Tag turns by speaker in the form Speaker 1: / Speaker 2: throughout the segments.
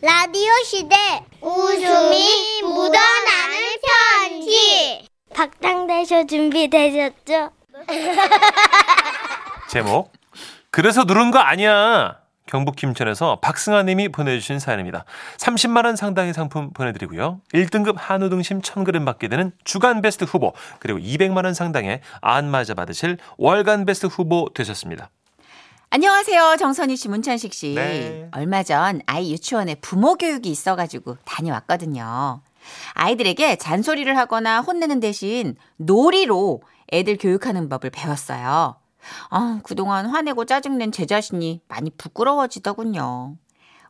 Speaker 1: 라디오 시대 웃음이 묻어나는 편지 박장대쇼 준비되셨죠?
Speaker 2: 제목 그래서 누른 거 아니야 경북 김천에서 박승아 님이 보내주신 사연입니다 30만 원 상당의 상품 보내드리고요 1등급 한우 등심 1000g 받게 되는 주간베스트 후보 그리고 200만 원 상당의 안마자 받으실 월간베스트 후보 되셨습니다
Speaker 3: 안녕하세요. 정선희 씨, 문찬식 씨.
Speaker 2: 네.
Speaker 3: 얼마 전 아이 유치원에 부모 교육이 있어가지고 다녀왔거든요. 아이들에게 잔소리를 하거나 혼내는 대신 놀이로 애들 교육하는 법을 배웠어요. 아, 그동안 화내고 짜증낸 제 자신이 많이 부끄러워지더군요.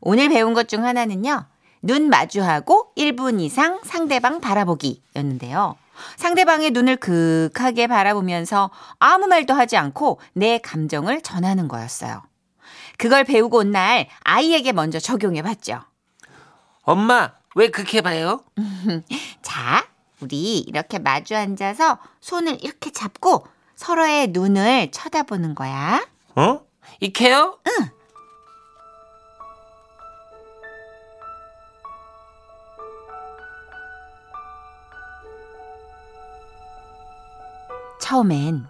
Speaker 3: 오늘 배운 것 중 하나는요. 눈 마주하고 1분 이상 상대방 바라보기였는데요. 상대방의 눈을 극하게 바라보면서 아무 말도 하지 않고 내 감정을 전하는 거였어요. 그걸 배우고 온 날 아이에게 먼저 적용해 봤죠.
Speaker 2: 엄마 왜 그렇게 봐요?
Speaker 3: 자, 우리 이렇게 마주 앉아서 손을 이렇게 잡고 서로의 눈을 쳐다보는 거야.
Speaker 2: 어?
Speaker 4: 익혀요?
Speaker 3: 처음엔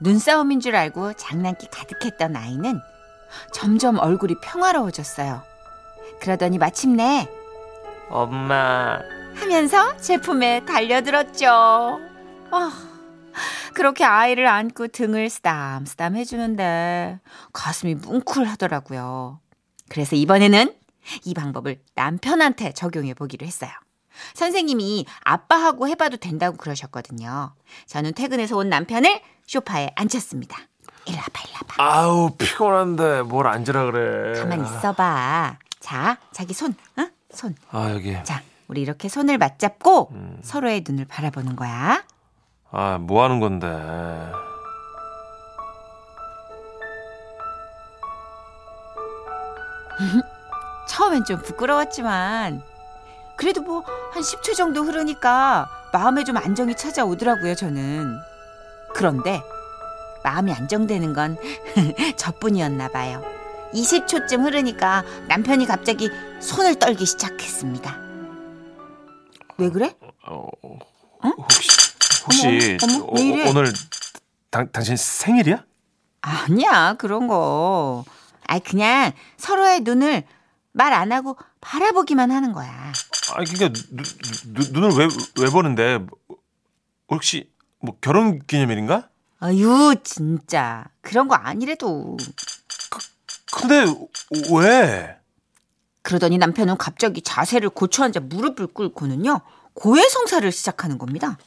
Speaker 3: 눈싸움인 줄 알고 장난기 가득했던 아이는 점점 얼굴이 평화로워졌어요. 그러더니 마침내
Speaker 4: 엄마
Speaker 3: 하면서 제품에 달려들었죠. 아, 그렇게 아이를 안고 등을 쓰담쓰담 해주는데 가슴이 뭉클하더라고요. 그래서 이번에는 이 방법을 남편한테 적용해 보기로 했어요. 선생님이 아빠하고 해봐도 된다고 그러셨거든요. 저는 퇴근해서 온 남편을 쇼파에 앉혔습니다. 일로 와봐, 일로 와봐.
Speaker 2: 아우 피곤한데 뭘 앉으라 그래
Speaker 3: 가만 있어봐. 자, 자기 손, 응? 손.
Speaker 2: 아 여기
Speaker 3: 자, 우리 이렇게 손을 맞잡고
Speaker 2: 음.
Speaker 3: 서로의 눈을 바라보는 거야.
Speaker 2: 아 뭐 하는 건데
Speaker 3: 처음엔 좀 부끄러웠지만 그래도 뭐 한 10초 정도 흐르니까 마음에 좀 안정이 찾아오더라고요, 저는. 그런데 마음이 안정되는 건 저뿐이었나 봐요. 20초쯤 흐르니까 남편이 갑자기 손을 떨기 시작했습니다. 왜 그래?
Speaker 2: 어, 혹시 혹시
Speaker 3: 어머, 어머, 왜 이래?
Speaker 2: 어, 오늘 당, 당신 생일이야?
Speaker 3: 아니야, 그런 거. 아이, 그냥 서로의 눈을 말 안 하고 바라보기만 하는 거야.
Speaker 2: 아니 그러니까 누, 누, 눈을 왜 왜 보는데 혹시 뭐 결혼 기념일인가?
Speaker 3: 아유, 진짜. 그런 거 아니래도.
Speaker 2: 근데 왜?
Speaker 3: 그러더니 남편은 갑자기 자세를 고쳐 앉아 무릎을 꿇고는요. 고해성사를 시작하는 겁니다.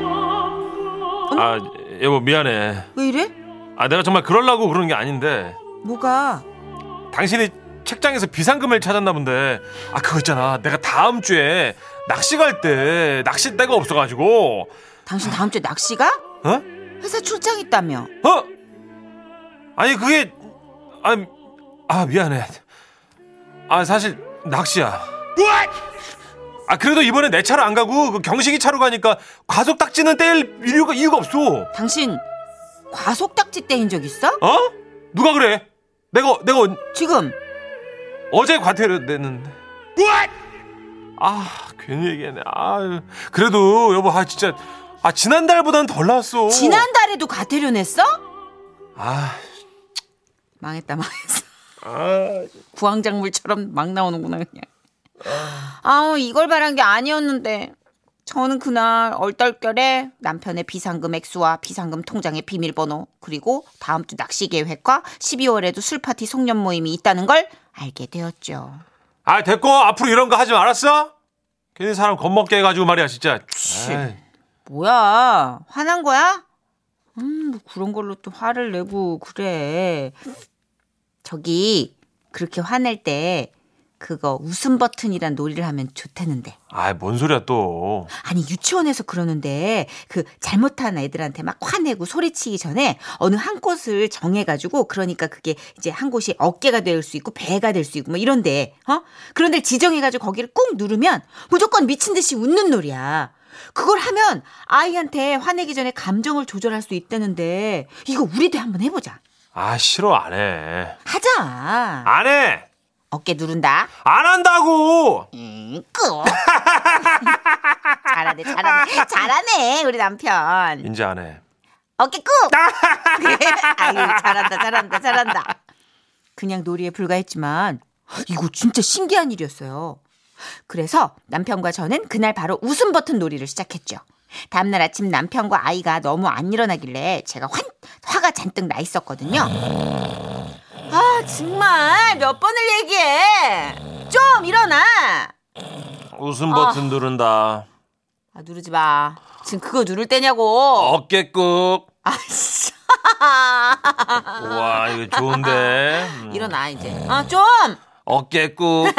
Speaker 3: 어?
Speaker 2: 아 여보 미안해.
Speaker 3: 왜 이래?
Speaker 2: 아 내가 정말 그러려고 그러는 게 아닌데
Speaker 3: 뭐가?
Speaker 2: 당신이 책장에서 비상금을 찾았나 본데 아 그거 있잖아 내가 다음 주에 낚시 갈 때 낚싯대가 없어가지고
Speaker 3: 당신 다음 주에 낚시가?
Speaker 2: 어?
Speaker 3: 회사 출장 있다며.
Speaker 2: 어? 아니 그게 아, 아 미안해. 아 사실 낚시야. 아 그래도 이번에 내 차로 안 가고 그 경식이 차로 가니까 과속 딱지는 뗄 이유가 이유가 없어.
Speaker 3: 당신 과속딱지 때인 적 있어?
Speaker 2: 어? 누가 그래? 내가 내가 언-
Speaker 3: 지금
Speaker 2: 어제 과태료 냈는데. 아 괜히 얘기하네. 아 그래도 여보 아 진짜 아 지난달보단 덜 나왔어.
Speaker 3: 지난달에도 과태료 냈어?
Speaker 2: 아,
Speaker 3: 망했다 망했어.
Speaker 2: 아
Speaker 3: 구황작물처럼 막 나오는구나 그냥. 아우 이걸 바란 게 아니었는데 저는 그날 얼떨결에 남편의 비상금 액수와 비상금 통장의 비밀번호 그리고 다음 주 낚시 계획과 12월에도 술 파티 송년 모임이 있다는 걸 알게 되었죠.
Speaker 2: 아 됐고 앞으로 이런 거 하지 말았어? 괜히 사람 겁먹게 해가지고 말이야 진짜. 에이,
Speaker 3: 뭐야 화난 거야? 음, 뭐 그런 걸로 또 화를 내고 그래. 저기 그렇게 화낼 때 그거 웃음 버튼이란 놀이를 하면 좋다는데.
Speaker 2: 아이 뭔 소리야 또.
Speaker 3: 아니 유치원에서 그러는데 그 잘못한 애들한테 막 화내고 소리치기 전에 어느 한 곳을 정해가지고 그러니까 그게 이제 한 곳이 어깨가 될 수 있고 배가 될 수 있고 뭐 이런데 어 그런데 지정해가지고 거기를 꾹 누르면 무조건 미친 듯이 웃는 놀이야. 그걸 하면 아이한테 화내기 전에 감정을 조절할 수 있다는데 이거 우리도 한번 해보자.
Speaker 2: 아, 싫어, 안 해.
Speaker 3: 하자.
Speaker 2: 안 해!
Speaker 3: 어깨 누른다.
Speaker 2: 안 한다고!
Speaker 3: 음, 끄. 잘하네, 잘하네, 잘하네, 우리 남편.
Speaker 2: 이제 안 해.
Speaker 3: 어깨 꾹. 아유, 잘한다, 잘한다, 잘한다. 그냥 놀이에 불과했지만 이거 진짜 신기한 일이었어요. 그래서 남편과 저는 그날 바로 웃음 버튼 놀이를 시작했죠. 다음날 아침 남편과 아이가 너무 안 일어나길래 제가 환, 화가 잔뜩 나 있었거든요. 아 정말 몇 번을 얘기해. 좀 일어나.
Speaker 2: 웃음 버튼 누른다.
Speaker 3: 아 누르지 마. 지금 그거 누를 때냐고.
Speaker 2: 어깨꾹.
Speaker 3: 아 씨.
Speaker 2: 와, 이거 좋은데. 음.
Speaker 3: 일어나 이제. 아 좀.
Speaker 2: 어깨꾹.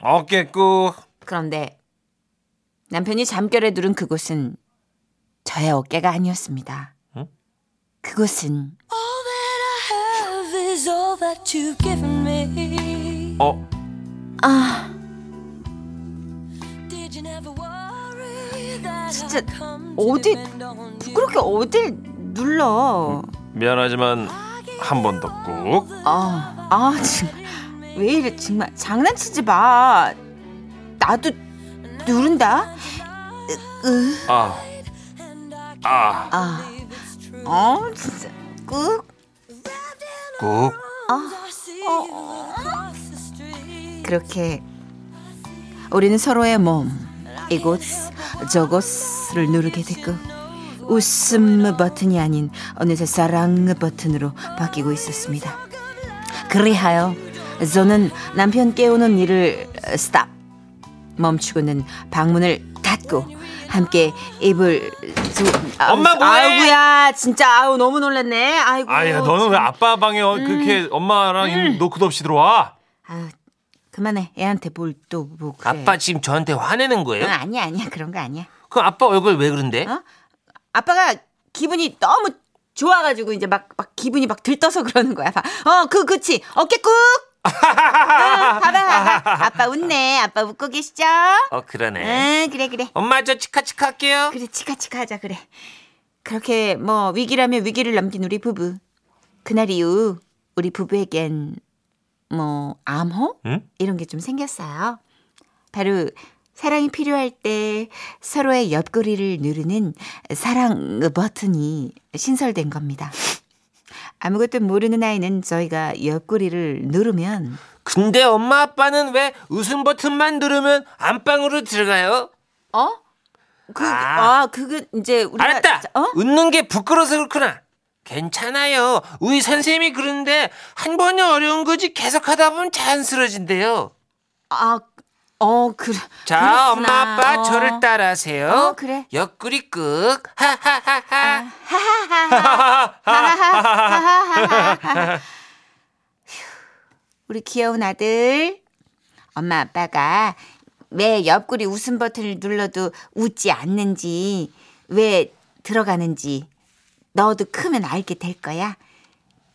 Speaker 2: 어깨꾹.
Speaker 3: 그런데 남편이 잠결에 누른 그곳은 저의 어깨가 아니었습니다.
Speaker 2: 응?
Speaker 3: 그곳은
Speaker 5: Love is all that you've given me.
Speaker 2: 어,
Speaker 3: 아
Speaker 5: Did you never worry that
Speaker 3: 진짜
Speaker 5: I'd come to
Speaker 3: 어디
Speaker 5: depend on you?
Speaker 3: 그렇게 어딜 눌러?
Speaker 2: 미안하지만 한 번 더 꾹.
Speaker 3: 아, 아 정말 왜 이래 정말 장난치지 마. 나도 누른다. 으,
Speaker 2: 아, 아,
Speaker 3: 아, 어 진짜 꾹.
Speaker 2: 꾹.
Speaker 3: 그렇게 우리는 서로의 몸 이곳 저곳을 누르게 됐고 웃음 버튼이 아닌 어느새 사랑 버튼으로 바뀌고 있었습니다. 그리하여 저는 남편 깨우는 일을 스탑 멈추고는 방문을 닫고 함께 입을 두, 아우,
Speaker 2: 엄마 뭐해?
Speaker 3: 아우야 진짜 아우 너무 놀랐네 아이고
Speaker 2: 아야, 너는 왜 아빠 방에 어-
Speaker 3: 음.
Speaker 2: 그렇게 엄마랑 노크도 없이 들어와?
Speaker 3: 아유, 그만해 애한테 뭘 또 뭐 그래
Speaker 4: 아빠 지금 저한테 화내는
Speaker 3: 어,
Speaker 4: 거예요?
Speaker 3: 아니야 아니야 그런 거 아니야.
Speaker 4: 그 아빠 얼굴 왜 그런데?
Speaker 3: 어? 아빠가 기분이 너무 좋아가지고 이제 막 막 기분이 막 들떠서 그러는 거야. 어그 그치 어깨 꾹. 어, 봐봐 봐봐 아빠 웃네 아빠 웃고 계시죠?
Speaker 4: 어 그러네.
Speaker 3: 응 그래 그래
Speaker 4: 엄마 저 치카치카 할게요.
Speaker 3: 그래 치카치카 하자 그래. 그렇게 뭐 위기라며 위기를 넘긴 우리 부부. 그날 이후 우리 부부에겐 뭐 암호
Speaker 2: 응?
Speaker 3: 이런 게 좀 생겼어요. 바로 사랑이 필요할 때 서로의 옆구리를 누르는 사랑 버튼이 신설된 겁니다. 아무것도 모르는 아이는 저희가 옆구리를 누르면
Speaker 4: 근데 엄마 아빠는 왜 웃음 버튼만 누르면 안방으로 들어가요?
Speaker 3: 어? 그,
Speaker 4: 아.
Speaker 3: 아, 그거 이제 우리가
Speaker 4: 알았다.
Speaker 3: 어?
Speaker 4: 웃는 게 부끄러워서 그렇구나. 괜찮아요. 우리 선생님이 그런데 한 번이 어려운 거지 계속하다 보면 자연스러워진대요.
Speaker 3: 아, 어, 그래.
Speaker 4: 자,
Speaker 3: 그렇구나.
Speaker 4: 엄마 아빠
Speaker 3: 어.
Speaker 4: 저를 따라하세요.
Speaker 3: 어, 그래. 아.
Speaker 4: 옆구리 끄. 하하하하.
Speaker 3: 어. 하하하하하하하하. 휴, 우리 귀여운 아들. 엄마 아빠가 왜 옆구리 웃음 버튼을 눌러도 웃지 않는지, 왜 들어가는지 너도 크면 알게 될 거야.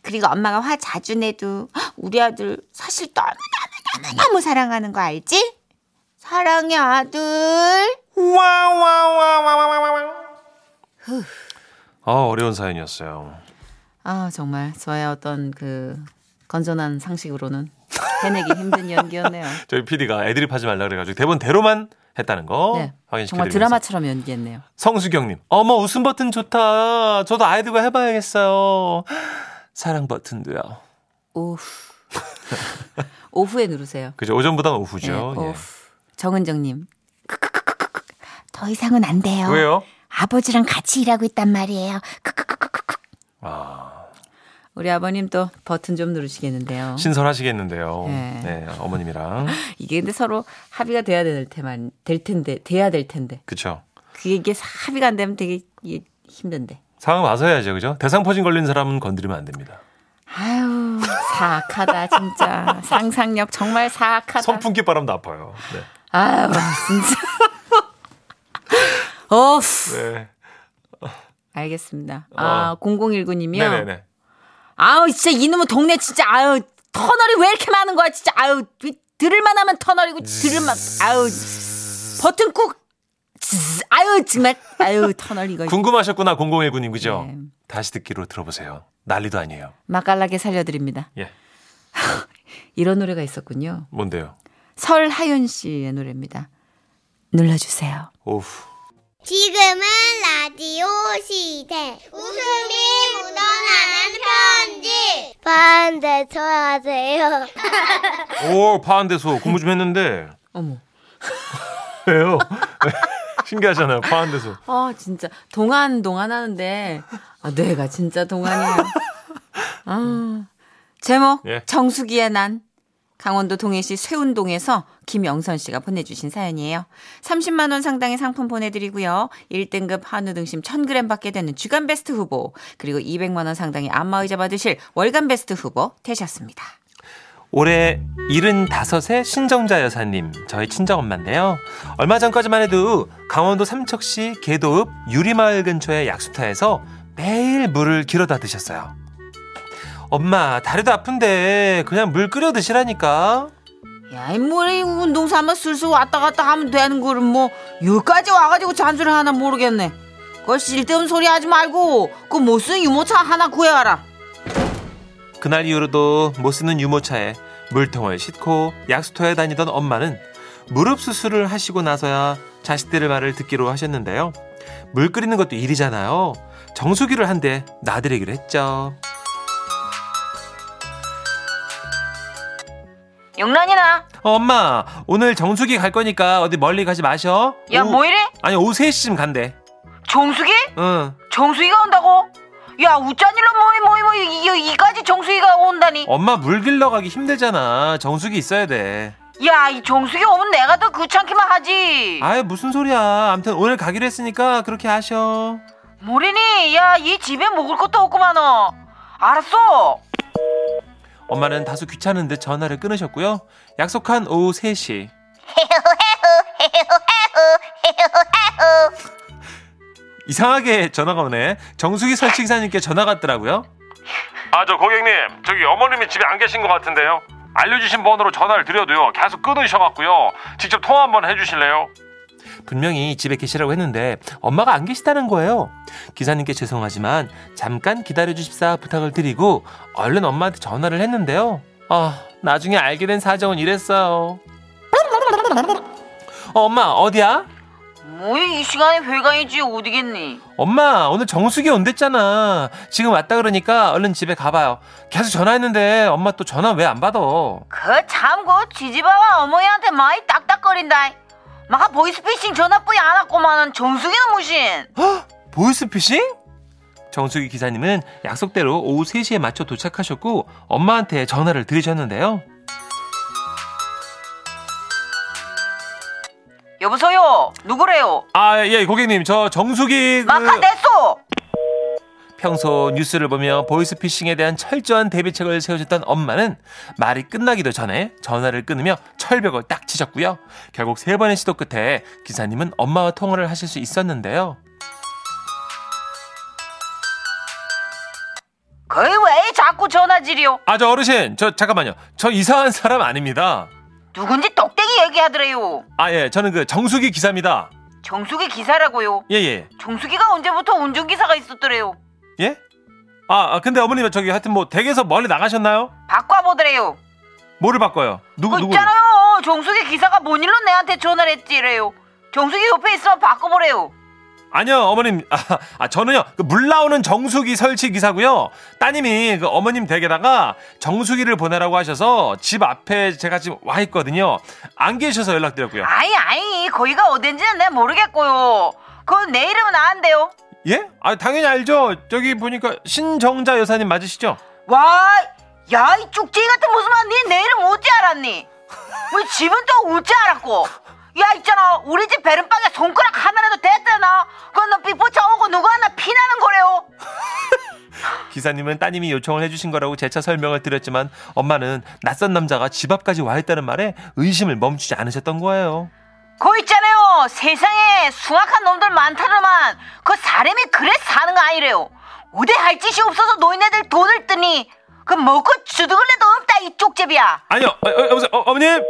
Speaker 3: 그리고 엄마가 화 자주 내도 우리 아들 사실 너무너무너무너무 사랑하는 거 알지? 사랑해 아들.
Speaker 2: 아, 어려운 사연이었어요.
Speaker 3: 아 정말 저의 어떤 그 건전한 상식으로는 해내기 힘든 연기였네요.
Speaker 2: 저희 PD가 애드립 하지 말라 그래가지고 대본대로만 했다는 거
Speaker 3: 네, 정말
Speaker 2: 확인시켜드리면서
Speaker 3: 드라마처럼 연기했네요.
Speaker 2: 성수경님, 어머 웃음 버튼 좋다. 저도 아이들과 해봐야겠어요. 사랑 버튼도요.
Speaker 3: 오후 오후에 누르세요.
Speaker 2: 그죠? 오전보다는
Speaker 3: 네,
Speaker 2: 오후죠. 예.
Speaker 3: 오후. 정은정님 크크크크크크. 더 이상은 안 돼요.
Speaker 2: 왜요?
Speaker 3: 아버지랑 같이 일하고 있단 말이에요. 크크크크크크.
Speaker 2: 아,
Speaker 3: 우리 아버님 또 버튼 좀 누르시겠는데요.
Speaker 2: 신선하시겠는데요.
Speaker 3: 네.
Speaker 2: 네, 어머님이랑
Speaker 3: 이게 근데 서로 합의가 돼야 될 테만 될 텐데 돼야 될 텐데
Speaker 2: 그쵸.
Speaker 3: 그게 이게 합의가 안 되면 되게 이게 힘든데.
Speaker 2: 상황 와서 해야죠, 그죠? 대상포진 걸린 사람은 건드리면 안 됩니다.
Speaker 3: 아. 아유 사악하다 진짜 상상력 정말 사악하다
Speaker 2: 선풍기 바람도 아파요. 네.
Speaker 3: 아유 진짜 어후
Speaker 2: 네.
Speaker 3: 알겠습니다
Speaker 2: 어.
Speaker 3: 아 0019님이요
Speaker 2: 네네네.
Speaker 3: 아우 진짜 이놈의 동네 진짜 아유 터널이 왜 이렇게 많은 거야 진짜 아유 들을만 하면 터널이고 들을만 아유 버튼 꾹 zzz, 아유 정말 아유 터널 이거
Speaker 2: 궁금하셨구나 0019님 그죠?
Speaker 3: 네.
Speaker 2: 다시 듣기로 들어보세요. 난리도 아니에요.
Speaker 3: 맛깔나게 살려드립니다.
Speaker 2: 예.
Speaker 3: 이런 노래가 있었군요.
Speaker 2: 뭔데요?
Speaker 3: 설하윤 씨의 노래입니다. 눌러주세요.
Speaker 2: 오우.
Speaker 1: 지금은 라디오 시대. 웃음이 묻어나는 편지. 반대초 하세요.
Speaker 2: 오 파한대소 공부 좀 했는데
Speaker 3: 어머.
Speaker 2: 왜요? 신기하잖아요 파한대소.
Speaker 3: 아 진짜 동안 동안 하는데 아, 뇌가 진짜 동안이에요. 아 제목
Speaker 2: 예.
Speaker 3: 정수기의 난 강원도 동해시 쇠운동에서 김영선 씨가 보내주신 사연이에요. 30만 원 상당의 상품 보내드리고요. 1등급 한우 등심 1,000g 받게 되는 주간 베스트 후보 그리고 200만 원 상당의 안마의자 받으실 월간 베스트 후보 되셨습니다.
Speaker 2: 올해 75세 신정자 여사님, 저희 친정엄마인데요. 얼마 전까지만 해도 강원도 삼척시 계도읍 유리마을 근처의 약수터에서 매일 물을 길어다 드셨어요. 엄마, 다리도 아픈데 그냥 물 끓여 드시라니까.
Speaker 3: 야, 인물이 운동 삼아 슬슬 왔다 갔다 하면 되는 거를 뭐 여기까지 와가지고 잔소리 하나 모르겠네. 그 쓸데없는 소리 하지 말고 그 못쓴 유모차 하나 구해와라.
Speaker 2: 그날 이후로도 못 쓰는 유모차에 물통을 싣고 약수터에 다니던 엄마는 무릎 수술을 하시고 나서야 자식들의 말을 듣기로 하셨는데요. 물 끓이는 것도 일이잖아요. 정수기를 한 대 나들이기로 했죠.
Speaker 3: 영란이나
Speaker 2: 어, 엄마 오늘 정수기 갈 거니까 어디 멀리 가지 마셔. 오후-
Speaker 3: 이래?
Speaker 2: 아니 오후 3시쯤 간대.
Speaker 3: 정수기?
Speaker 2: 응.
Speaker 3: 정수기가 온다고? 야 우짠일로 뭐이 뭐이 뭐이 이까지 정수기가 온다니.
Speaker 2: 엄마 물 길러 가기 힘들잖아. 정수기 있어야 돼.
Speaker 3: 야 이 정수기 오면 내가 더 귀찮기만 하지.
Speaker 2: 아유 무슨 소리야. 아무튼 오늘 가기로 했으니까 그렇게 하셔.
Speaker 3: 모리니 야 이 집에 먹을 것도 없구만 어. 알았어.
Speaker 2: 엄마는 다소 귀찮은 듯 전화를 끊으셨고요. 약속한 오후 3시. 이상하게 전화가 오네. 정수기 설치기사님께 전화가 왔더라고요.
Speaker 6: 아 저 고객님 저기 어머님이 집에 안 계신 것 같은데요 알려주신 번호로 전화를 드려도요 계속 끊으셔갖고요 직접 통화 한번 해주실래요?
Speaker 2: 분명히 집에 계시라고 했는데 엄마가 안 계시다는 거예요. 기사님께 죄송하지만 잠깐 기다려 주십사 부탁을 드리고 얼른 엄마한테 전화를 했는데요. 아, 나중에 알게 된 사정은 이랬어요. 어, 엄마 어디야?
Speaker 3: 뭐이 시간에 회관이지 어디겠니?
Speaker 2: 엄마 오늘 정수기 온댔잖아 지금 왔다 그러니까 얼른 집에 가봐요 계속 전화했는데 엄마 또 전화 왜 안 받아
Speaker 3: 그 참고 지지바와 어머니한테 많이 딱딱거린다. 마가 보이스피싱 전화뿐이 안 왔고만은 정수기는 무신.
Speaker 2: 보이스피싱? 정수기 기사님은 약속대로 오후 3시에 맞춰 도착하셨고 엄마한테 전화를 드리셨는데요
Speaker 3: 여보세요. 누구래요?
Speaker 2: 아 예 고객님 저 정수기 그
Speaker 3: 마카 냈어.
Speaker 2: 평소 뉴스를 보며 보이스피싱에 대한 철저한 대비책을 세워줬던 엄마는 말이 끝나기도 전에 전화를 끊으며 철벽을 딱 치셨고요 결국 세 번의 시도 끝에 기사님은 엄마와 통화를 하실 수 있었는데요
Speaker 3: 그 왜 자꾸 전화질이요?
Speaker 2: 아 저 어르신 저 잠깐만요 저 이상한 사람 아닙니다
Speaker 3: 누군지 똑대기 얘기하더래요.
Speaker 2: 아 예 저는 그 정수기 기사입니다
Speaker 3: 정수기 기사라고요.
Speaker 2: 예예
Speaker 3: 정수기가 언제부터 운전기사가 있었더래요.
Speaker 2: 예? 아, 아, 근데 어머님 저기 하여튼 뭐 댁에서 멀리 나가셨나요?
Speaker 3: 바꿔보더래요.
Speaker 2: 뭐를 바꿔요? 누구
Speaker 3: 그
Speaker 2: 누구?
Speaker 3: 있잖아요. 정수기 기사가 뭔 일로 내한테 전화를 했지래요. 정수기 옆에 있으면 바꿔보래요.
Speaker 2: 아니요 어머님 아, 아, 저는요 그 물 나오는 정수기 설치 기사고요 따님이 그 어머님 댁에다가 정수기를 보내라고 하셔서 집 앞에 제가 지금 와 있거든요 안 계셔서 연락드렸고요
Speaker 3: 아이 아이 거기가 어딘지는 내가 모르겠고요. 그건 내 이름은 아는데요.
Speaker 2: 예? 아 당연히 알죠 저기 보니까 신정자 여사님 맞으시죠?
Speaker 3: 와, 야 이 쭉쟁이 같은 모습만 네내 이름 어찌 알았니? 우리 집은 또 어찌 알았고? 야 있잖아 우리 집 베른방에 손가락 하나라도 댔잖아. 그건 너 삐뽀차 오고 누구 하나 피나는 거래요.
Speaker 2: 기사님은 따님이 요청을 해주신 거라고 재차 설명을 드렸지만 엄마는 낯선 남자가 집 앞까지 와 있다는 말에 의심을 멈추지 않으셨던 거예요.
Speaker 3: 그 있잖아요 세상에 숭악한 놈들 많다더만 그 사람이 그래 사는 거 아니래요. 어디 할 짓이 없어서 노인네들 돈을 뜨니 그 먹고 주둥을래도 없다 이 쪽제비야.
Speaker 2: 아니요, 어, 어, 여보세요, 어, 머님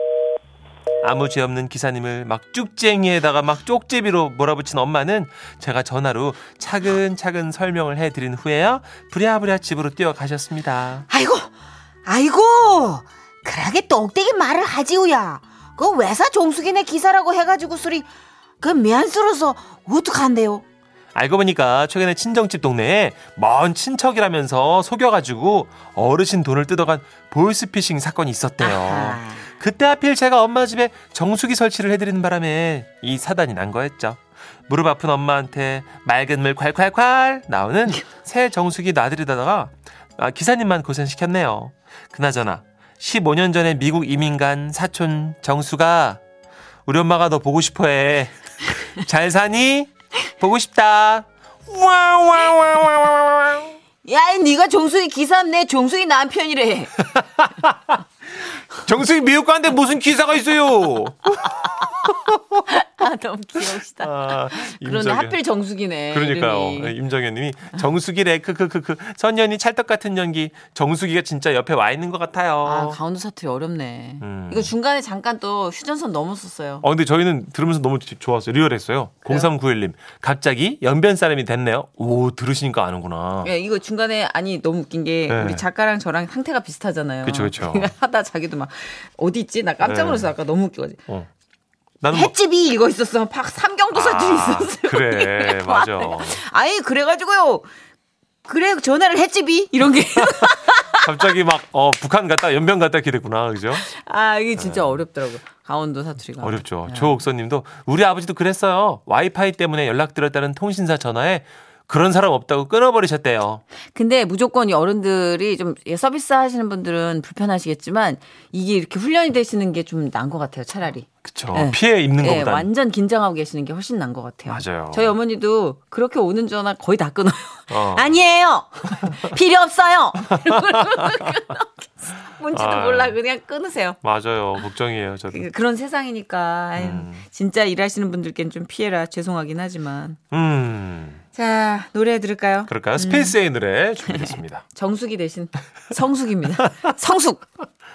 Speaker 2: 아무 죄 없는 기사님을 막 쭉쟁이에다가 막 쪽제비로 몰아붙인 엄마는 제가 전화로 차근차근 설명을 해드린 후에야 부랴부랴 집으로 뛰어가셨습니다.
Speaker 3: 아이고, 아이고, 그러게 똑대기 말을 하지우야. 그 외사 종숙이네 기사라고 해가지고 소리, 그 미안스러워서 어떡한데요?
Speaker 2: 알고 보니까 최근에 친정집 동네에 먼 친척이라면서 속여가지고 어르신 돈을 뜯어간 보이스피싱 사건이 있었대요.
Speaker 3: 아하.
Speaker 2: 그때 하필 제가 엄마 집에 정수기 설치를 해드리는 바람에 이 사단이 난 거였죠. 무릎 아픈 엄마한테 맑은 물 콸콸콸 나오는 새 정수기 놔드리다가 아, 기사님만 고생시켰네요. 그나저나 15년 전에 미국 이민 간 사촌 정수가 우리 엄마가 너 보고 싶어해. 잘 사니? 보고 싶다. 와와와와와와.
Speaker 3: 야, 네가 종숙이 기사네 종숙이 남편이래.
Speaker 2: 정수기 미국 가는데 무슨 기사가 있어요?
Speaker 3: 아, 너무 귀여우시다.
Speaker 2: 아,
Speaker 3: 그런데
Speaker 2: 임성현.
Speaker 3: 하필 정숙이네.
Speaker 2: 그러니까요. 예,
Speaker 3: 이름이.
Speaker 2: 임정현님이 정수기래 크크크크 선녀니 찰떡 같은 연기 정수기가 진짜 옆에 와 있는 것 같아요.
Speaker 3: 아, 강원도 사투리 어렵네.
Speaker 2: 음.
Speaker 3: 이거 중간에 잠깐 또 휴전선 넘었었어요.
Speaker 2: 어 근데 저희는 들으면서 너무 지- 좋았어요. 리얼했어요. 0391님 갑자기 연변 사람이 됐네요. 오 들으시니까 아는구나.
Speaker 3: 예, 이거 중간에 아니 너무 웃긴 게
Speaker 2: 네.
Speaker 3: 우리 작가랑 저랑 상태가 비슷하잖아요.
Speaker 2: 그쵸, 그쵸.
Speaker 3: 하다 자기도 막 어디 있지? 나 깜짝 놀라서 아까 너무 웃겨가지고.
Speaker 2: 어. 나는 뭐-
Speaker 3: 햇집이 이거 있었어. 박 삼경도 사투리
Speaker 2: 아,
Speaker 3: 있었어요. 네.
Speaker 2: 그래 맞아.
Speaker 3: 아예 그래가지고요. 그래 전화를 햇집이 이런 게.
Speaker 2: 갑자기 막 어, 북한 갔다 연변 갔다 이렇게 됐구나 그죠?
Speaker 3: 아 이게 진짜 어렵더라고. 요 강원도 사투리가.
Speaker 2: 네. 어렵죠. 조옥서님도 우리 아버지도 그랬어요. 와이파이 때문에 연락드렸다는 통신사 전화에 그런 사람 없다고 끊어버리셨대요.
Speaker 3: 근데 무조건 이 어른들이 좀 예, 서비스 하시는 분들은 불편하시겠지만 이게 이렇게 훈련이 되시는 게 좀 나은 것 같아요. 차라리.
Speaker 2: 그쵸.
Speaker 3: 네.
Speaker 2: 피해 입는
Speaker 3: 예,
Speaker 2: 것보다.
Speaker 3: 완전 긴장하고 계시는 게 훨씬 나은 것 같아요.
Speaker 2: 맞아요.
Speaker 3: 저희 어머니도 그렇게 오는 전화 거의 다 끊어요.
Speaker 2: 어.
Speaker 3: 아니에요. 필요 없어요. 이러고 그러니까 뭔지도
Speaker 2: 아유.
Speaker 3: 몰라 그냥 끊으세요.
Speaker 2: 맞아요. 걱정이에요. 저도.
Speaker 3: 그- 그런 세상이니까 아유, 진짜 일하시는 분들께는 좀 피해라 죄송하긴 하지만
Speaker 2: 음.
Speaker 3: 자 노래 들을까요?
Speaker 2: 그럴까요? 스페이스의 노래 준비됐습니다.
Speaker 3: 정숙이 대신 성숙입니다. 성숙.